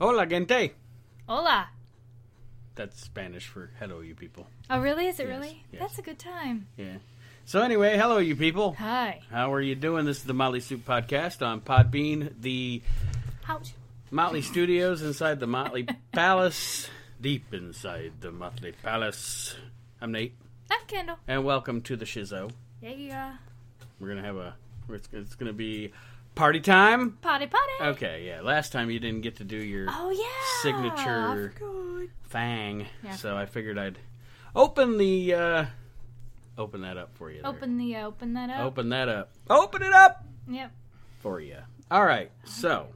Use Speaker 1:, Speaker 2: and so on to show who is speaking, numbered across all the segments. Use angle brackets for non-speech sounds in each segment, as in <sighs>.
Speaker 1: Hola, gente.
Speaker 2: Hola.
Speaker 1: That's Spanish for hello, you people.
Speaker 2: Oh, really? Is it
Speaker 1: Yes,
Speaker 2: really?
Speaker 1: yes.
Speaker 2: That's a good time.
Speaker 1: Yeah. So anyway, hello, you people.
Speaker 2: Hi.
Speaker 1: How are you doing? This is the Motley Soup Podcast on Podbean, the
Speaker 2: Ouch.
Speaker 1: Motley Studios inside the
Speaker 2: <laughs>
Speaker 1: Motley Palace, deep inside the Motley Palace. I'm Nate,
Speaker 2: I'm Kendall.
Speaker 1: and welcome to the Shizzo.
Speaker 2: Yeah, yeah.
Speaker 1: We're gonna have a. It's, it's gonna be party time.
Speaker 2: Potty potty.
Speaker 1: Okay, yeah. Last time you didn't get to do your
Speaker 2: Oh, yeah.
Speaker 1: Signature.
Speaker 2: I forgot.
Speaker 1: fang,
Speaker 2: Yeah.
Speaker 1: so I figured I'd open the uh, open that up for you. there.
Speaker 2: Open the open that up.
Speaker 1: Open that up. Open it up
Speaker 2: Yep.
Speaker 1: for you. All right. So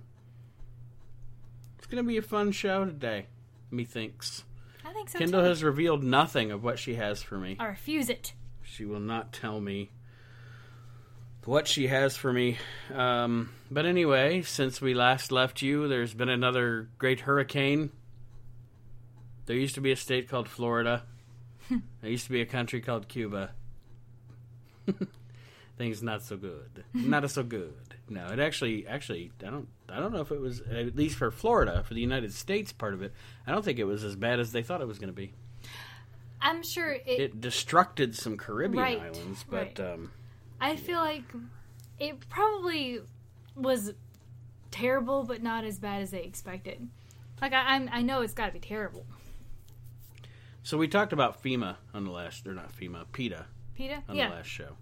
Speaker 1: it's gonna be a fun show today. Methinks.
Speaker 2: I think so.
Speaker 1: Kendall
Speaker 2: too.
Speaker 1: has revealed nothing of what she has for me.
Speaker 2: I refuse it.
Speaker 1: She will not tell me what she has for me. Um, but anyway, since we last left you, there's been another great hurricane. There used to be a state called
Speaker 2: <laughs>
Speaker 1: Florida. there used to be a country called Cuba. <laughs> Things not so good. Not so good. No, it actually, actually, I don't, I don't know if it was at least for Florida, for the United States part of it. I don't think it was as bad as they thought it was going to be
Speaker 2: I'm sure it.
Speaker 1: it destructed some Caribbean
Speaker 2: Right,
Speaker 1: islands, but
Speaker 2: right.
Speaker 1: um,
Speaker 2: I feel like it probably was terrible, but not as bad as they expected. Like I, I'm, I know it's got to be terrible.
Speaker 1: so we talked about FEMA on the last, or not FEMA, PETA
Speaker 2: Peta.
Speaker 1: on the
Speaker 2: Yeah.
Speaker 1: last show.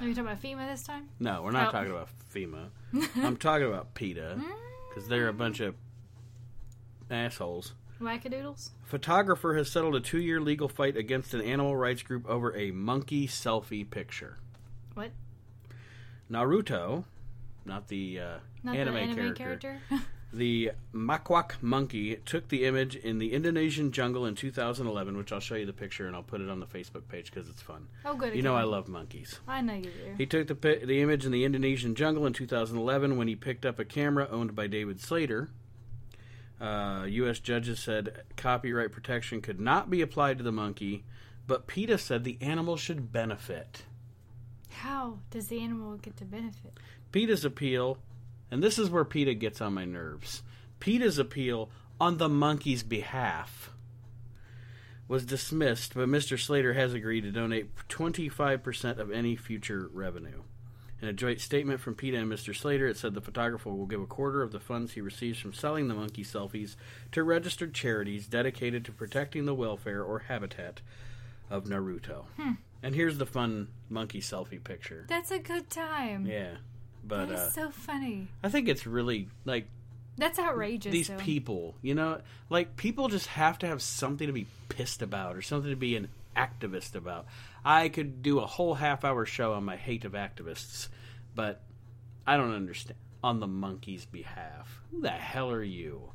Speaker 2: Are you talking about FEMA this time?
Speaker 1: No, we're not
Speaker 2: Oh.
Speaker 1: talking about FEMA. I'm talking about
Speaker 2: <laughs>
Speaker 1: PETA
Speaker 2: Mm.
Speaker 1: because they're a bunch of assholes.
Speaker 2: Wackadoodles.
Speaker 1: Photographer has settled a two-year legal fight against an animal rights group over a monkey selfie picture.
Speaker 2: What?
Speaker 1: Naruto, not the uh,
Speaker 2: Not
Speaker 1: anime,
Speaker 2: the anime
Speaker 1: character,
Speaker 2: character? <laughs>
Speaker 1: The Makwak monkey took the image in the Indonesian jungle in 2011, which I'll show you the picture and I'll put it on the Facebook page because it's fun.
Speaker 2: oh, good.
Speaker 1: You know, I
Speaker 2: love.
Speaker 1: love monkeys.
Speaker 2: I know you do.
Speaker 1: He took the, pi- the image in the Indonesian jungle in 2011 when he picked up a camera owned by David Slater. Uh, U.S. judges said copyright protection could not be applied to the monkey, but PETA said the animal should benefit.
Speaker 2: How does the animal get to benefit?
Speaker 1: PETA's appeal, and this is where PETA gets on my nerves. PETA's appeal on the monkey's behalf was dismissed, but Mr. Slater has agreed to donate 25% of any future revenue. In a joint statement from PETA and Mr. Slater, it said the photographer will give a quarter of the funds he receives from selling the monkey selfies to registered charities dedicated to protecting the welfare or habitat of Naruto. And here's the fun monkey selfie picture.
Speaker 2: That's a good time.
Speaker 1: Yeah. But
Speaker 2: that
Speaker 1: uh,
Speaker 2: is so funny.
Speaker 1: I think it's really like
Speaker 2: That's outrageous.
Speaker 1: these
Speaker 2: though.
Speaker 1: people, you know, like people just have to have something to be pissed about or something to be an activist about. I could do a whole half hour show on my hate of activists, but I don't understand. On the monkey's behalf. Who the hell are you?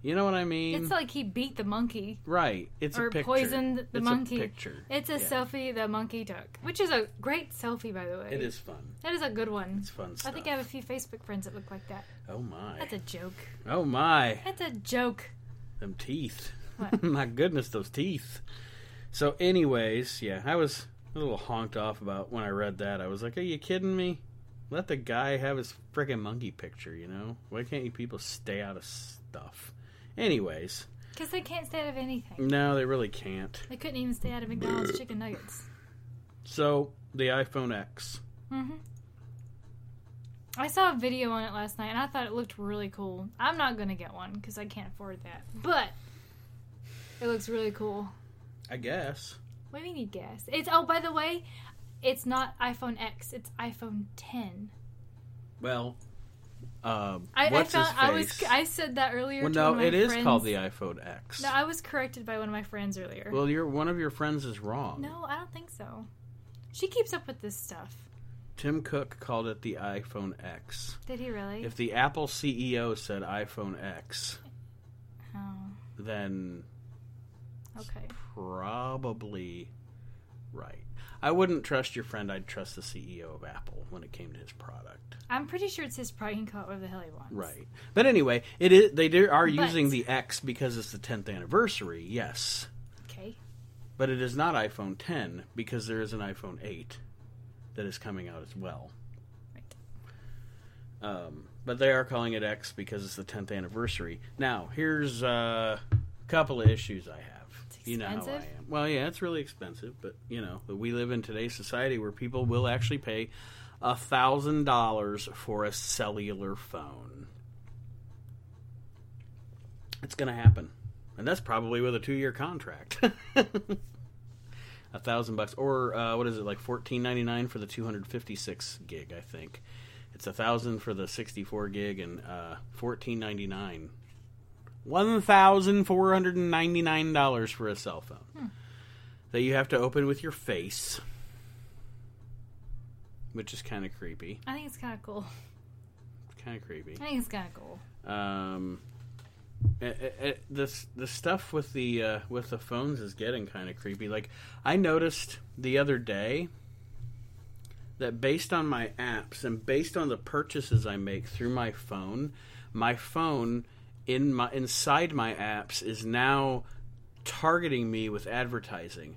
Speaker 1: You know what I mean?
Speaker 2: It's like he beat the monkey
Speaker 1: right. It's a
Speaker 2: or
Speaker 1: picture.
Speaker 2: poisoned the
Speaker 1: It's a
Speaker 2: monkey.
Speaker 1: picture.
Speaker 2: It's a
Speaker 1: Yeah.
Speaker 2: selfie the monkey took, which is a great selfie, by the way.
Speaker 1: It is fun.
Speaker 2: That is a good one.
Speaker 1: It's fun
Speaker 2: I
Speaker 1: stuff.
Speaker 2: think I have a few Facebook friends that look like that.
Speaker 1: Oh my.
Speaker 2: That's a joke.
Speaker 1: Oh my.
Speaker 2: That's a joke.
Speaker 1: Them teeth. <laughs>
Speaker 2: What?
Speaker 1: My goodness, those teeth. So, anyways, yeah, I was a little honked off about when I read that. I was like, are you kidding me? Let the guy have his freaking monkey picture, you know? Why can't you people stay out of stuff? Anyways,
Speaker 2: Because they can't stay out of anything.
Speaker 1: no, they really can't.
Speaker 2: They couldn't even stay out
Speaker 1: <laughs>
Speaker 2: of McDonald's chicken nuggets.
Speaker 1: So, the iPhone X.
Speaker 2: hmm I saw a video on it last night, and I thought it looked really cool. I'm not gonna get one because I can't afford that, but it looks really cool.
Speaker 1: I guess.
Speaker 2: What do you mean you guess? It's oh, by the way, it's not iPhone X. It's iPhone 10.
Speaker 1: Well, uh,
Speaker 2: I,
Speaker 1: what's
Speaker 2: I
Speaker 1: his
Speaker 2: found
Speaker 1: face?
Speaker 2: I was I said that earlier.
Speaker 1: well,
Speaker 2: to one
Speaker 1: no,
Speaker 2: of my
Speaker 1: it is
Speaker 2: friends.
Speaker 1: called the iPhone X.
Speaker 2: No, I was corrected by one of my friends earlier.
Speaker 1: well, your one of your friends is wrong.
Speaker 2: no, I don't think so. She keeps up with this stuff.
Speaker 1: Tim Cook called it the iPhone X.
Speaker 2: Did he really?
Speaker 1: If the Apple CEO said iPhone X,
Speaker 2: oh,
Speaker 1: then
Speaker 2: okay.
Speaker 1: probably right. I wouldn't trust your friend. I'd trust the CEO of Apple when it came to his product.
Speaker 2: I'm pretty sure it's his pride and call it whatever the hell he wants.
Speaker 1: Right. But anyway, it is they do, are
Speaker 2: But-
Speaker 1: using the X because it's the 10th anniversary. Yes.
Speaker 2: Okay.
Speaker 1: But it is not iPhone 10 because there is an iPhone 8 that is coming out as well.
Speaker 2: Right.
Speaker 1: Um, but they are calling it X because it's the 10th anniversary. Now, here's uh, a couple of issues I have.
Speaker 2: It's
Speaker 1: You know how I
Speaker 2: expensive?
Speaker 1: am. Well, yeah, it's really expensive, but you know, but we live in today's society where people will actually pay a thousand dollars for a cellular phone. It's going to happen, and that's probably with a two-year contract. <laughs> A thousand bucks, or uh, what is it like fourteen ninety nine for the two hundred fifty six gig? I think it's a thousand for the sixty four gig and uh, fourteen ninety nine. One thousand four hundred and ninety nine dollars for a cell phone that you have to open with your face, which is kind of creepy.
Speaker 2: I think it's kind of cool.
Speaker 1: Kind of creepy.
Speaker 2: I think it's kind of cool.
Speaker 1: Um, it, it, it- this the stuff with the uh, with the phones is getting kind of creepy. Like I noticed the other day that based on my apps and based on the purchases I make through my phone, my phone in my inside my apps is now targeting me with advertising.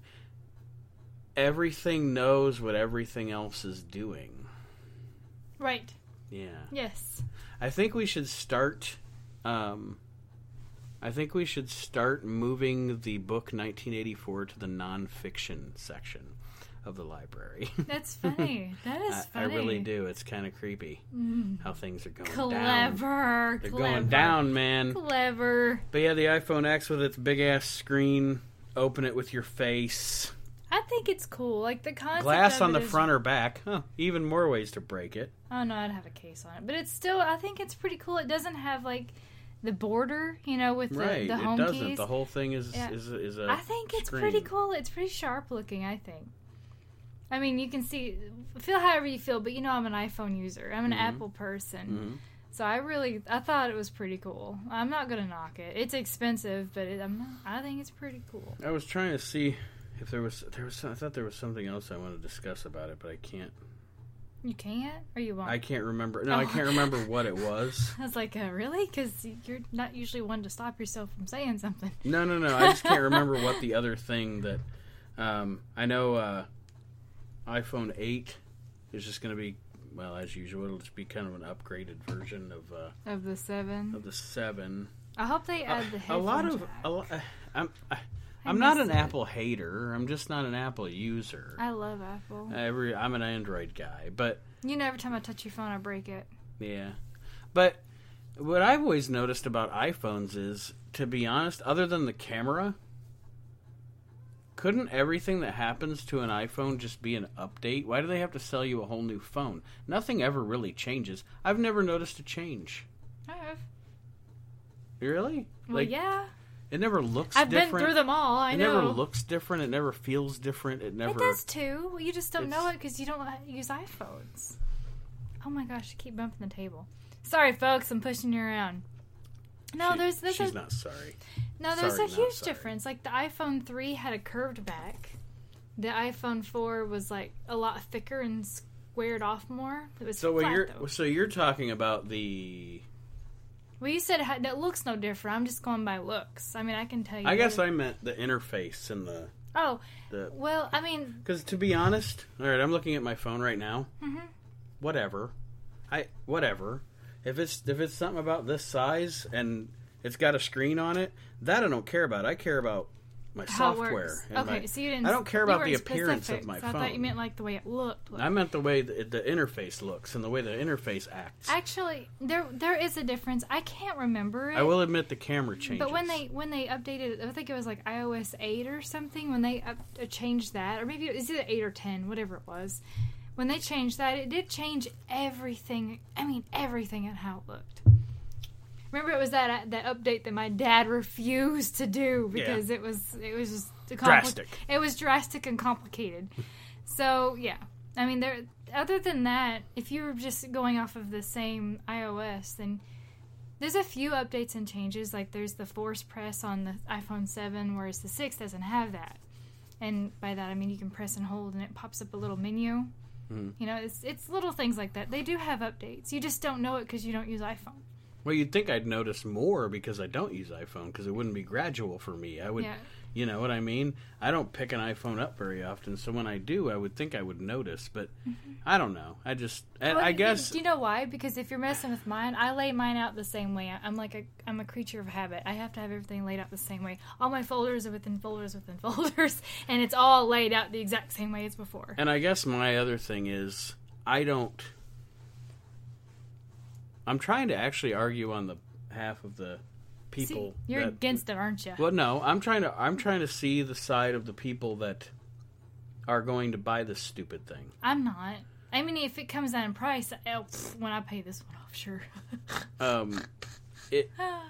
Speaker 1: Everything knows what everything else is doing.
Speaker 2: Right.
Speaker 1: Yeah.
Speaker 2: Yes.
Speaker 1: I think we should start. Um, I think we should start moving the book 1984 to the nonfiction section of the library. <laughs>
Speaker 2: That's funny. that is
Speaker 1: I, <laughs> I
Speaker 2: funny. Mm.
Speaker 1: really do. It's kind of creepy how things are going down.
Speaker 2: Clever.
Speaker 1: They're
Speaker 2: clever.
Speaker 1: going down, man.
Speaker 2: Clever.
Speaker 1: But yeah, the iPhone X with its big ass screen. Open it with your face.
Speaker 2: I think it's cool. Like the concept.
Speaker 1: Glass
Speaker 2: of
Speaker 1: on
Speaker 2: it
Speaker 1: the
Speaker 2: is-
Speaker 1: front or back. Huh. Even more ways to break it.
Speaker 2: Oh no, I'd have a case on it, but it's still. I think it's pretty cool. It doesn't have like the border, you know, with the,
Speaker 1: right.
Speaker 2: the
Speaker 1: it
Speaker 2: home
Speaker 1: doesn't.
Speaker 2: keys.
Speaker 1: The whole thing is
Speaker 2: Yeah.
Speaker 1: is is a.
Speaker 2: I think it's
Speaker 1: screen.
Speaker 2: pretty cool. It's pretty sharp looking. I think. I mean, you can see, feel however you feel, but you know, I'm an iPhone user. I'm an
Speaker 1: Mhm.
Speaker 2: Apple person,
Speaker 1: Mhm.
Speaker 2: so I really, I thought it was pretty cool. I'm not gonna knock it. It's expensive, but it, I'm not, I think it's pretty cool.
Speaker 1: I was trying to see if there was there was some, I thought there was something else I wanted to discuss about it, but I can't
Speaker 2: You can't, or you won't.
Speaker 1: I can't remember. No, I
Speaker 2: Oh.
Speaker 1: can't remember what it was.
Speaker 2: <laughs> I was like, uh, really? Because you're not usually one to stop yourself from saying something.
Speaker 1: No, no, no. I just can't remember what the other thing that um, I know. Uh, iPhone eight is just going to be well as usual. It'll just be kind of an upgraded version of uh,
Speaker 2: <laughs> Of the seven,
Speaker 1: of the seven.
Speaker 2: I hope they
Speaker 1: Uh,
Speaker 2: add the
Speaker 1: a
Speaker 2: headphone
Speaker 1: lot of
Speaker 2: jack.
Speaker 1: a lo- uh, I'm I, I'm not
Speaker 2: miss
Speaker 1: an
Speaker 2: it.
Speaker 1: Apple hater. I'm just not an Apple user.
Speaker 2: I love Apple.
Speaker 1: Every I'm an Android guy, but
Speaker 2: You know, every time I touch your phone, I break it.
Speaker 1: Yeah. But what I've always noticed about iPhones is, to be honest, other than the camera, couldn't everything that happens to an iPhone just be an update? Why do they have to sell you a whole new phone? Nothing ever really changes. I've never noticed a change.
Speaker 2: I have.
Speaker 1: Really?
Speaker 2: Well, yeah.
Speaker 1: It never looks
Speaker 2: I've
Speaker 1: different.
Speaker 2: been through them all. I
Speaker 1: it
Speaker 2: know.
Speaker 1: never looks different. It never feels different. It never.
Speaker 2: It does too. Well, You just don't know
Speaker 1: It's-
Speaker 2: it because you don't ha- use iPhones. Oh my gosh! I keep bumping the table. Sorry, folks. I'm pushing you around. No,
Speaker 1: She-
Speaker 2: there's there's
Speaker 1: she's
Speaker 2: a,
Speaker 1: not sorry.
Speaker 2: no there's
Speaker 1: sorry,
Speaker 2: a
Speaker 1: not
Speaker 2: huge
Speaker 1: sorry.
Speaker 2: difference. Like the iPhone three had a curved back. The iPhone four was like a lot thicker and squared off more. It was
Speaker 1: So
Speaker 2: flat,
Speaker 1: what you're
Speaker 2: though.
Speaker 1: so you're talking about the
Speaker 2: Well, you said it had- that looks no different. I'm just going by looks. I mean, I can tell you.
Speaker 1: I guess
Speaker 2: whether-
Speaker 1: I meant the interface and the
Speaker 2: Oh,
Speaker 1: the
Speaker 2: well, I mean,
Speaker 1: Because to be honest, all right, I'm looking at my phone right now.
Speaker 2: Mhm.
Speaker 1: Whatever, I whatever. If it's if it's something about this size and it's got a screen on it, that I don't care about. I care about my
Speaker 2: how it
Speaker 1: software.
Speaker 2: works.
Speaker 1: and
Speaker 2: Okay,
Speaker 1: my-
Speaker 2: so you didn't.
Speaker 1: I don't care
Speaker 2: you
Speaker 1: about the
Speaker 2: weren't
Speaker 1: appearance
Speaker 2: specific,
Speaker 1: of my
Speaker 2: so I thought you
Speaker 1: phone.
Speaker 2: meant like the way it looked.
Speaker 1: I meant the way the, the interface looks and the way the interface acts. I,
Speaker 2: Actually, there there is a difference. I can't remember it.
Speaker 1: will admit the camera changes.
Speaker 2: But when they when they updated, it, I think it was like iOS eight or something. When they up, uh, changed that, or maybe it was either eight or ten, whatever it was. When they changed that, it did change everything. I mean, everything and how it looked. Remember, it was that uh, that update that my dad <laughs> refused to do because it was it was just too compli-
Speaker 1: Drastic.
Speaker 2: It was drastic and complicated. so yeah, I mean, there. Other than that, if you were just going off of the same iOS, then there's a few updates and changes. Like there's the force press on the iPhone 7, whereas the 6 doesn't have that. And by that I mean you can press and hold, and it pops up a little menu.
Speaker 1: Mhm.
Speaker 2: You know, it's it's little things like that. They do have updates. You just don't know it because you don't use iPhone.
Speaker 1: Well, you'd think I'd notice more because I don't use iPhone because it wouldn't be gradual for me. I would,
Speaker 2: Yeah.
Speaker 1: you know what I mean? I don't pick an iPhone up very often, so when I do, I would think I would notice, but I don't know. I just, I,
Speaker 2: Mm-hmm. Well,
Speaker 1: I
Speaker 2: you-
Speaker 1: guess,
Speaker 2: Do you know why? Because if you're messing with mine, I lay mine out the same way. I'm like a I'm a creature of habit. I have to have everything laid out the same way. All my folders are within folders within <laughs> folders, and it's all laid out the exact same way as before.
Speaker 1: and I guess my other thing is I don't. I'm trying to actually argue on the half of the
Speaker 2: See,
Speaker 1: people.
Speaker 2: you're
Speaker 1: that-
Speaker 2: against it, aren't you?
Speaker 1: Well, no, I'm trying to I'm trying to see the side of the people that are going to buy this stupid thing.
Speaker 2: I'm not. I mean, if it comes down in price, I'll, pff, when I pay this one off, sure. <laughs>
Speaker 1: Um, it,
Speaker 2: <sighs> Ah.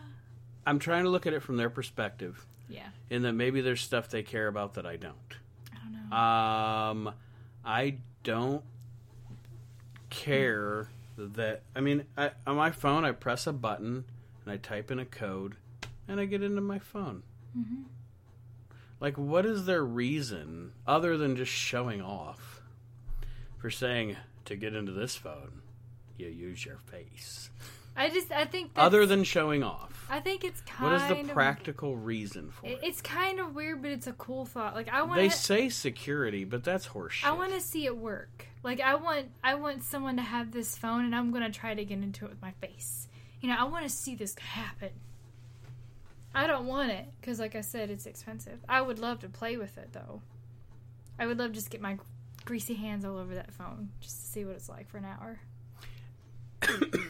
Speaker 1: I'm trying to look at it from their perspective,
Speaker 2: yeah,
Speaker 1: in that maybe there's stuff they care about that I don't.
Speaker 2: I don't know.
Speaker 1: Um, I don't care that. I mean, I, on my phone, I press a button and I type in a code, and I get into my phone.
Speaker 2: Mhm.
Speaker 1: Like, what is their reason other than just showing off for saying to get into this phone, you use your face?
Speaker 2: I just I think that's,
Speaker 1: Other than showing off,
Speaker 2: I think it's kind
Speaker 1: what is the
Speaker 2: of
Speaker 1: practical reason for
Speaker 2: it-
Speaker 1: it?
Speaker 2: it's kind of weird, but it's a cool thought. Like I want
Speaker 1: They
Speaker 2: to
Speaker 1: say security, but that's horseshit.
Speaker 2: I want to see it work. Like I want I want someone to have this phone and I'm going to try to get into it with my face. You know, I want to see this happen. I don't want it cuz like I said it's expensive. I would love to play with it though. I would love to just get my greasy hands all over that phone just to see what it's like for an hour.
Speaker 1: <coughs>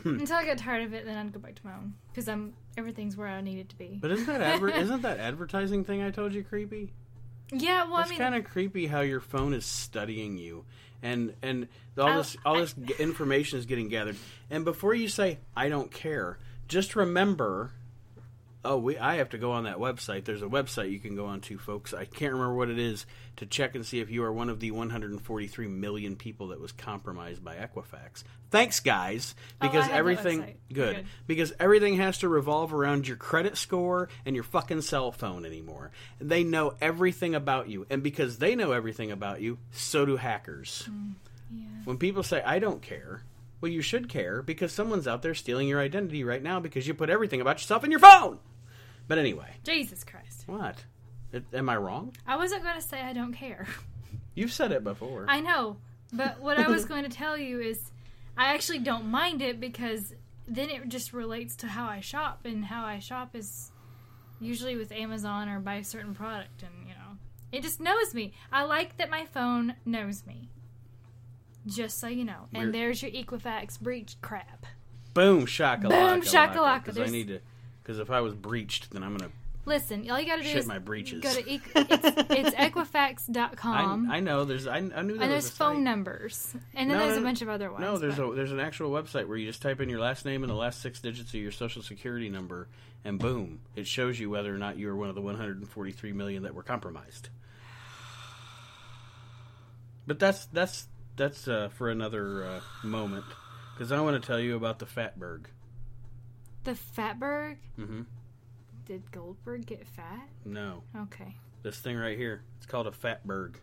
Speaker 2: Until I got tired of it then I'd go back to my own cuz I'm everything's where I need it to be.
Speaker 1: But isn't that adver- isn't that advertising thing I told you creepy?
Speaker 2: yeah, <laughs> well
Speaker 1: It's
Speaker 2: I mean
Speaker 1: kind of creepy how your phone is studying you, and and all
Speaker 2: I-
Speaker 1: this all
Speaker 2: I-
Speaker 1: this g information is getting gathered. And before you say I don't care, just remember. Oh, we, I have to go on that website. There's a website you can go on to, folks. I can't remember what it is to check and see if you are one of the 143 million people that was compromised by Equifax. Thanks, guys,
Speaker 2: Oh, I
Speaker 1: because
Speaker 2: have that
Speaker 1: everything
Speaker 2: website.
Speaker 1: good
Speaker 2: Good.
Speaker 1: because everything has to revolve around your credit score and your fucking cell phone anymore. They know everything about you, and because they know everything about you, so do hackers.
Speaker 2: yeah.
Speaker 1: When people say, I don't care, well, you should care because someone's out there stealing your identity right now because you put everything about yourself in your phone. But anyway,
Speaker 2: Jesus Christ.
Speaker 1: what? It- Am I wrong?
Speaker 2: I wasn't going to say I don't care.
Speaker 1: You've said it before.
Speaker 2: I know, but what I was going to tell you is I actually don't mind it because then it just relates to how I shop, and how I shop is usually with Amazon or buy a certain product, and you know, it just knows me. I like that my phone knows me. Just so you know.
Speaker 1: We're-
Speaker 2: And there's your Equifax breach crap.
Speaker 1: Boom shakalaka.
Speaker 2: Boom shakalaka.
Speaker 1: Because I
Speaker 2: There's-
Speaker 1: need to. Because if I was breached, then I'm gonna
Speaker 2: Listen, all you gotta do
Speaker 1: shit
Speaker 2: is
Speaker 1: my breeches.
Speaker 2: go to equ-
Speaker 1: <laughs>
Speaker 2: it's, it's
Speaker 1: I,
Speaker 2: Equifax.com.
Speaker 1: I know there's. I, I knew there
Speaker 2: and
Speaker 1: was
Speaker 2: there's
Speaker 1: a site.
Speaker 2: phone numbers. And then
Speaker 1: No,
Speaker 2: there's
Speaker 1: no,
Speaker 2: a
Speaker 1: no.
Speaker 2: bunch of other ones.
Speaker 1: No, there's
Speaker 2: but- <laughs>
Speaker 1: a there's an actual website where you just type in your last name and the last six digits of your social security number, and boom, it shows you whether or not you are one of the 143 million that were compromised. But that's that's that's uh, for another uh, moment, because I want to tell you about the Fatberg.
Speaker 2: the Fatberg.
Speaker 1: Mhm.
Speaker 2: Did Goldberg get fat?
Speaker 1: No,
Speaker 2: Okay.
Speaker 1: this thing right here, it's called a Fatberg.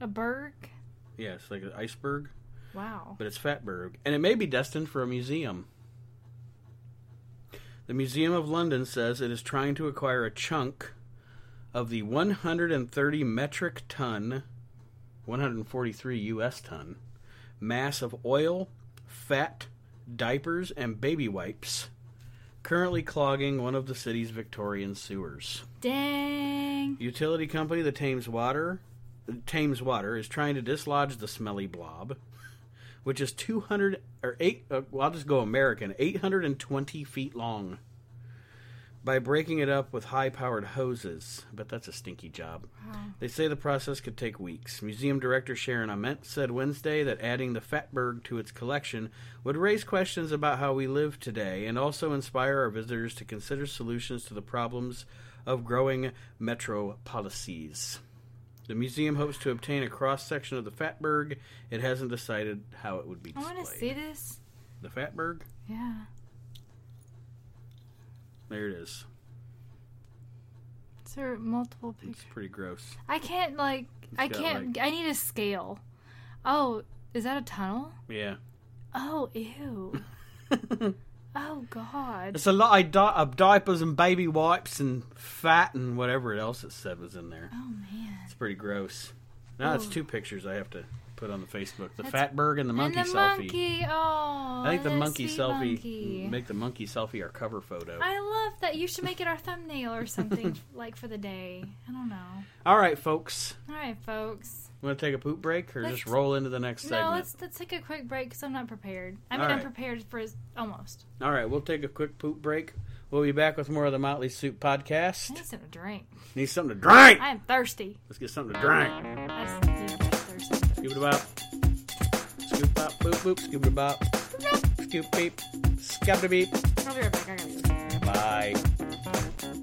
Speaker 2: A berg?
Speaker 1: Yeah, it's like an iceberg,
Speaker 2: Wow.
Speaker 1: but it's Fatberg, and it may be destined for a museum. The Museum of London says it is trying to acquire a chunk of the 130 metric ton, 143 U.S. ton, mass of oil, fat, diapers, and baby wipes currently clogging one of the city's Victorian sewers.
Speaker 2: Dang.
Speaker 1: Utility company, the Thames Water, Thames Water is trying to dislodge the smelly blob, which is 200 or 8 uh, well, I'll just go American, 820 feet long by breaking it up with high-powered hoses. But that's a stinky job.
Speaker 2: Wow.
Speaker 1: They say the process could take weeks. Museum director Sharon Ament said Wednesday that adding the Fatberg to its collection would raise questions about how we live today and also inspire our visitors to consider solutions to the problems of growing metro policies. The museum hopes to obtain a cross section of the Fatberg. It hasn't decided how it would be
Speaker 2: I
Speaker 1: displayed.
Speaker 2: want to see this.
Speaker 1: The Fatberg?
Speaker 2: Yeah.
Speaker 1: There it is.
Speaker 2: Is there multiple pictures?
Speaker 1: It's pretty gross.
Speaker 2: I can't, like, I
Speaker 1: got,
Speaker 2: can't, I need a scale. <laughs> Oh, is that a tunnel?
Speaker 1: Yeah.
Speaker 2: Oh, ew. Oh God.
Speaker 1: It's a lot of, di- of diapers and baby wipes and fat and whatever else it said was in there.
Speaker 2: Oh man.
Speaker 1: It's pretty gross. Now it's
Speaker 2: Ooh.
Speaker 1: two pictures I have to put on the Facebook: the
Speaker 2: Oh. That's-
Speaker 1: Fatberg and the monkey
Speaker 2: and the
Speaker 1: selfie.
Speaker 2: monkey. Oh.
Speaker 1: I think the
Speaker 2: that
Speaker 1: monkey
Speaker 2: sweet
Speaker 1: selfie
Speaker 2: monkey.
Speaker 1: make the monkey selfie our cover photo.
Speaker 2: I love that. You should make it our thumbnail
Speaker 1: <laughs>
Speaker 2: or something like for the day. I don't know.
Speaker 1: All right, folks.
Speaker 2: All right, folks.
Speaker 1: Want to take a poop break or just
Speaker 2: Let's-
Speaker 1: roll into the next
Speaker 2: No,
Speaker 1: segment?
Speaker 2: let's let's take a quick break because I'm not prepared. I
Speaker 1: All
Speaker 2: mean, I'm
Speaker 1: right.
Speaker 2: prepared for his, almost.
Speaker 1: All right, we'll take a quick poop break. We'll be back with more of the Motley Soup
Speaker 2: I
Speaker 1: podcast.
Speaker 2: need something to drink.
Speaker 1: Need something to drink.
Speaker 2: I am thirsty.
Speaker 1: Let's get something to drink.
Speaker 2: That's thirsty.
Speaker 1: Scoop it bop. Scoop bop, boop, boop, scoop it bop. Scoop beep. Scoop a beep.
Speaker 2: I'll be right back. I gotta go.
Speaker 1: Bye.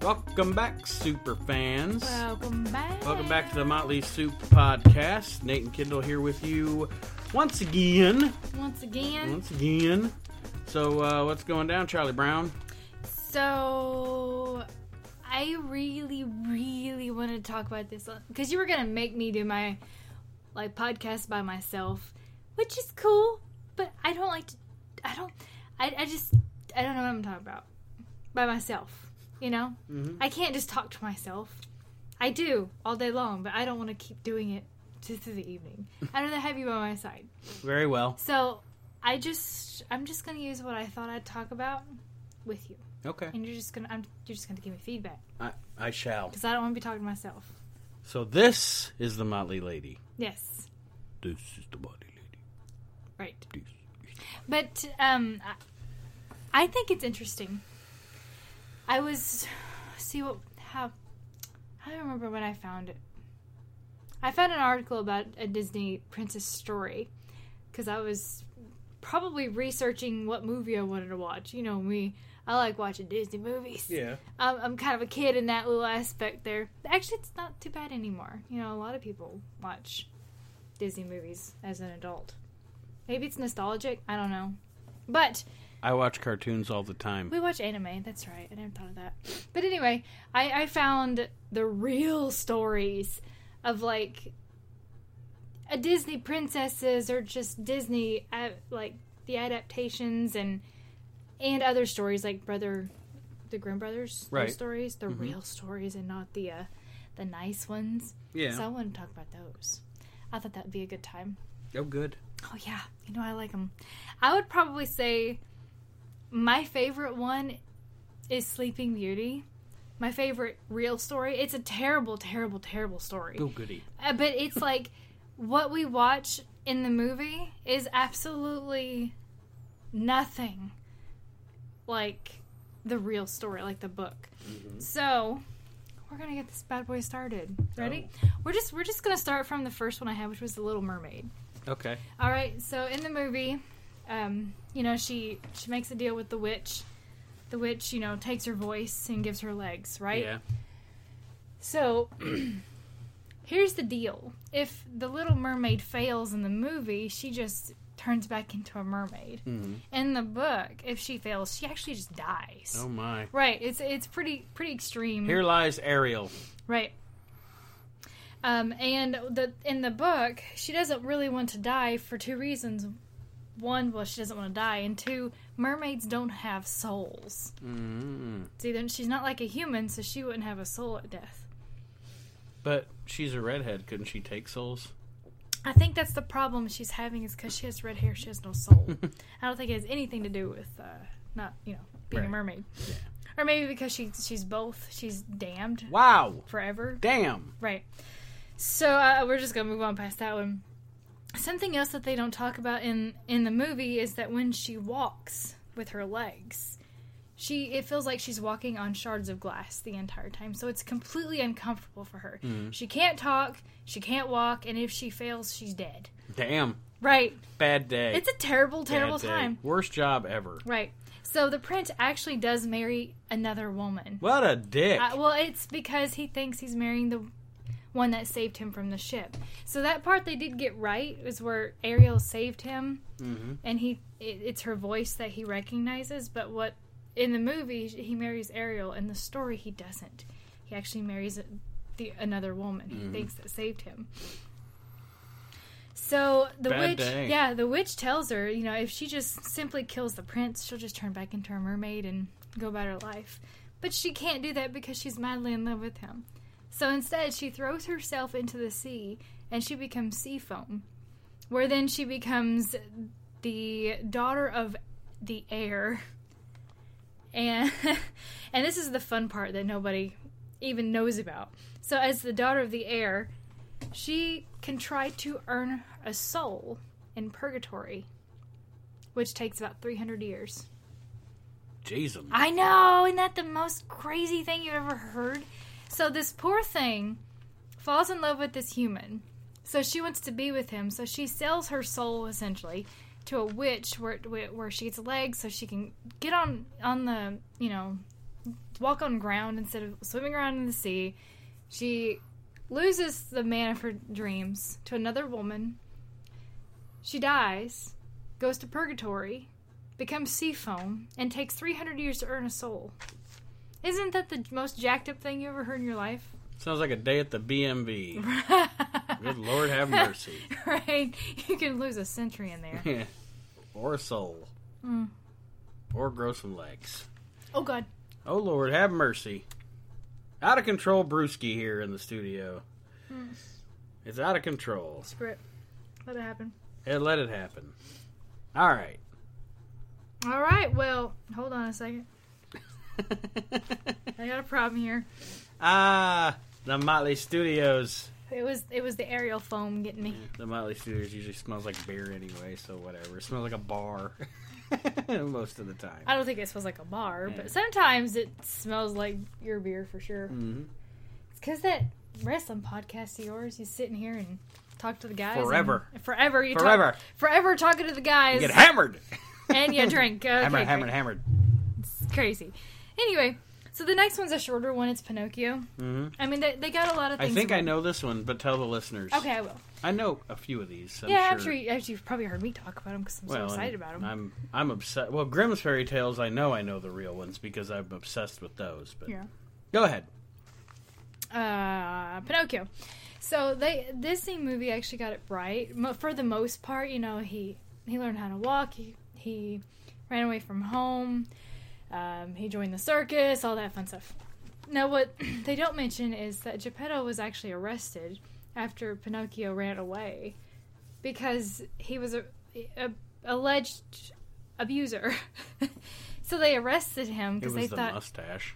Speaker 1: Welcome back, super fans.
Speaker 2: Welcome back.
Speaker 1: Welcome back to the Motley Soup podcast. Nate and Kendall here with you once again.
Speaker 2: Once again.
Speaker 1: Once again. So, uh, what's going down, Charlie Brown?
Speaker 2: So, I really, really wanted to talk about this because you were gonna make me do my like podcast by myself, which is cool. But I don't like to. I don't. I, I just. I don't know what I'm talking about by myself. You know,
Speaker 1: Mhm.
Speaker 2: I can't just talk to myself. I do all day long, but I don't want to keep doing it to through the evening. I'd rather have you by my side.
Speaker 1: Very well.
Speaker 2: So I just I'm just gonna use what I thought I'd talk about with you,
Speaker 1: Okay.
Speaker 2: and you're just gonna I'm, you're just gonna give me feedback
Speaker 1: I, I shall.
Speaker 2: because I don't want to be talking to myself.
Speaker 1: So, this is the Motley Lady.
Speaker 2: Yes,
Speaker 1: This is the Motley Lady.
Speaker 2: right.
Speaker 1: This.
Speaker 2: But um, I, I think it's interesting. I was see what how I don't remember when I found it. I found an article about a Disney princess story because I was probably researching what movie I wanted to watch. You know me, I like watching Disney movies.
Speaker 1: Yeah.
Speaker 2: I'm, I'm kind of a kid in that little aspect there. Actually, it's not too bad anymore. You know, a lot of people watch Disney movies as an adult. Maybe it's nostalgic. I don't know. But
Speaker 1: I watch cartoons all the time.
Speaker 2: we watch anime. That's right. I never thought of that. But anyway, I, I found the real stories of like a Disney princesses or just Disney uh, like the adaptations and and other stories like brother the Grimm brothers those
Speaker 1: Right. Mm-hmm.
Speaker 2: stories the real stories and not the uh, the nice ones.
Speaker 1: Yeah.
Speaker 2: So I want to talk about those. I thought that'd be a good time.
Speaker 1: oh, good.
Speaker 2: Oh yeah, you know I like them. I would probably say my favorite one is Sleeping Beauty. My favorite real story. It's a terrible, terrible, terrible story.
Speaker 1: Oh, goody.
Speaker 2: Uh, but it's like what we watch in the movie is absolutely nothing like the real story, like the book.
Speaker 1: Mm-hmm.
Speaker 2: So we're gonna get this bad boy started. Ready? We're just we're just gonna start from the first one I had, which was The Little Mermaid.
Speaker 1: Okay.
Speaker 2: All right, so in the movie, um, you know, she she makes a deal with the witch. The witch, you know, takes her voice and gives her legs, right?
Speaker 1: Yeah.
Speaker 2: So <clears throat> here's the deal. If the little mermaid fails in the movie, she just turns back into a mermaid.
Speaker 1: Mhm.
Speaker 2: In the book, if she fails, she actually just dies.
Speaker 1: Oh, my.
Speaker 2: Right, it's it's pretty pretty extreme.
Speaker 1: Here lies Ariel.
Speaker 2: Right. Um, and the in the book, she doesn't really want to die for two reasons. One, well, she doesn't want to die, and two, mermaids don't have souls.
Speaker 1: mm
Speaker 2: See, then she's not like a human, so she wouldn't have a soul at death.
Speaker 1: But she's a redhead. Couldn't she take souls?
Speaker 2: I think that's the problem she's having is because she has red hair, she has no soul. I don't think it has anything to do with uh, not you know being
Speaker 1: Right.
Speaker 2: a mermaid, or maybe because she she's both. She's damned
Speaker 1: Wow.
Speaker 2: forever.
Speaker 1: Damn.
Speaker 2: Right. So uh, we're just gonna move on past that one. Something else that they don't talk about in in the movie is that when she walks with her legs, she it feels like she's walking on shards of glass the entire time. So it's completely uncomfortable for her. She can't talk, she can't walk, and if she fails, she's dead.
Speaker 1: Damn,
Speaker 2: Right.
Speaker 1: bad day.
Speaker 2: It's a terrible,
Speaker 1: Bad
Speaker 2: terrible
Speaker 1: day.
Speaker 2: time.
Speaker 1: Worst job ever.
Speaker 2: Right. So the prince actually does marry another woman.
Speaker 1: What a dick.
Speaker 2: Uh, well, it's because he thinks he's marrying the one that saved him from the ship. So that part they did get right is where Ariel saved him, and he it, it's her voice that he recognizes. But what in the movie he marries Ariel, in the story he doesn't. He actually marries a- the another woman he thinks that saved him. So the
Speaker 1: Bad
Speaker 2: witch,
Speaker 1: day.
Speaker 2: yeah, the witch tells her, you know, if she just simply kills the prince, she'll just turn back into a mermaid and go about her life. But she can't do that because she's madly in love with him. So instead, she throws herself into the sea and she becomes sea foam, where then she becomes the daughter of the heir. And <laughs> and this is the fun part that nobody even knows about. So as the daughter of the heir, she can try to earn a soul in purgatory, which takes about 300 years.
Speaker 1: Jason.
Speaker 2: I know, isn't that the most crazy thing you've ever heard? So this poor thing falls in love with this human. So she wants to be with him. So she sells her soul essentially to a witch, where where she gets legs, so she can get on on the you know walk on ground instead of swimming around in the sea. She loses the man of her dreams to another woman. She dies, goes to purgatory, becomes sea foam, and takes 300 years to earn a soul. Isn't that the most jacked up thing you ever heard in your life?
Speaker 1: Sounds like a day at the BMV. <laughs> Good Lord
Speaker 2: <laughs>
Speaker 1: have mercy. <laughs>
Speaker 2: right? You can lose a century in there. Mm.
Speaker 1: or a soul. Or grow some legs.
Speaker 2: Oh god.
Speaker 1: Oh Lord, have mercy. Out of control Brewski here in the studio.
Speaker 2: Hmm.
Speaker 1: It's out of control.
Speaker 2: Screw it. Let it happen.
Speaker 1: And let it happen. Alright.
Speaker 2: All right. Well, hold on a second. I got a problem here.
Speaker 1: <laughs> ah the Motley Studios.
Speaker 2: It was it was the aerial foam getting me.
Speaker 1: The Motley Studios usually smells like beer anyway, so whatever. It smells like a bar <laughs> most of the time.
Speaker 2: I don't think it smells like a bar,
Speaker 1: Yeah.
Speaker 2: but sometimes it smells like your beer for sure.
Speaker 1: Mhm.
Speaker 2: It's because that wrestling podcast of yours, you sit in here and talk to the guys and-
Speaker 1: Forever.
Speaker 2: forever, you
Speaker 1: Forever.
Speaker 2: talk, forever talking to the
Speaker 1: You
Speaker 2: guys,
Speaker 1: get hammered.
Speaker 2: and you drink. Okay,
Speaker 1: <laughs> hammered,
Speaker 2: great.
Speaker 1: hammered, hammered.
Speaker 2: crazy. Anyway, so the next one's a shorter one. It's Pinocchio.
Speaker 1: hmm
Speaker 2: I mean, they, they got a lot of
Speaker 1: I
Speaker 2: things.
Speaker 1: think I
Speaker 2: about-
Speaker 1: know this one, but tell the listeners.
Speaker 2: Okay, I will.
Speaker 1: I know a few of these. I'm
Speaker 2: yeah,
Speaker 1: sure.
Speaker 2: I'm sure you, as you've probably heard me talk about them because I'm
Speaker 1: Well,
Speaker 2: so excited
Speaker 1: and
Speaker 2: about them.
Speaker 1: I'm I'm obsessed. Well, Grimm's fairy tales. I know I know the real ones because I'm obsessed with those. But
Speaker 2: Yeah.
Speaker 1: go ahead.
Speaker 2: uh, Pinocchio. So they Disney movie actually got it right Mo- for the most part. You know, he he learned how to walk. He he ran away from home. Um, he joined the circus, all that fun stuff. Now, what <clears throat> they don't mention is that Geppetto was actually arrested after Pinocchio ran away because he was a, a alleged abuser. <laughs> so they arrested him
Speaker 1: It
Speaker 2: because they
Speaker 1: was the
Speaker 2: thought
Speaker 1: mustache.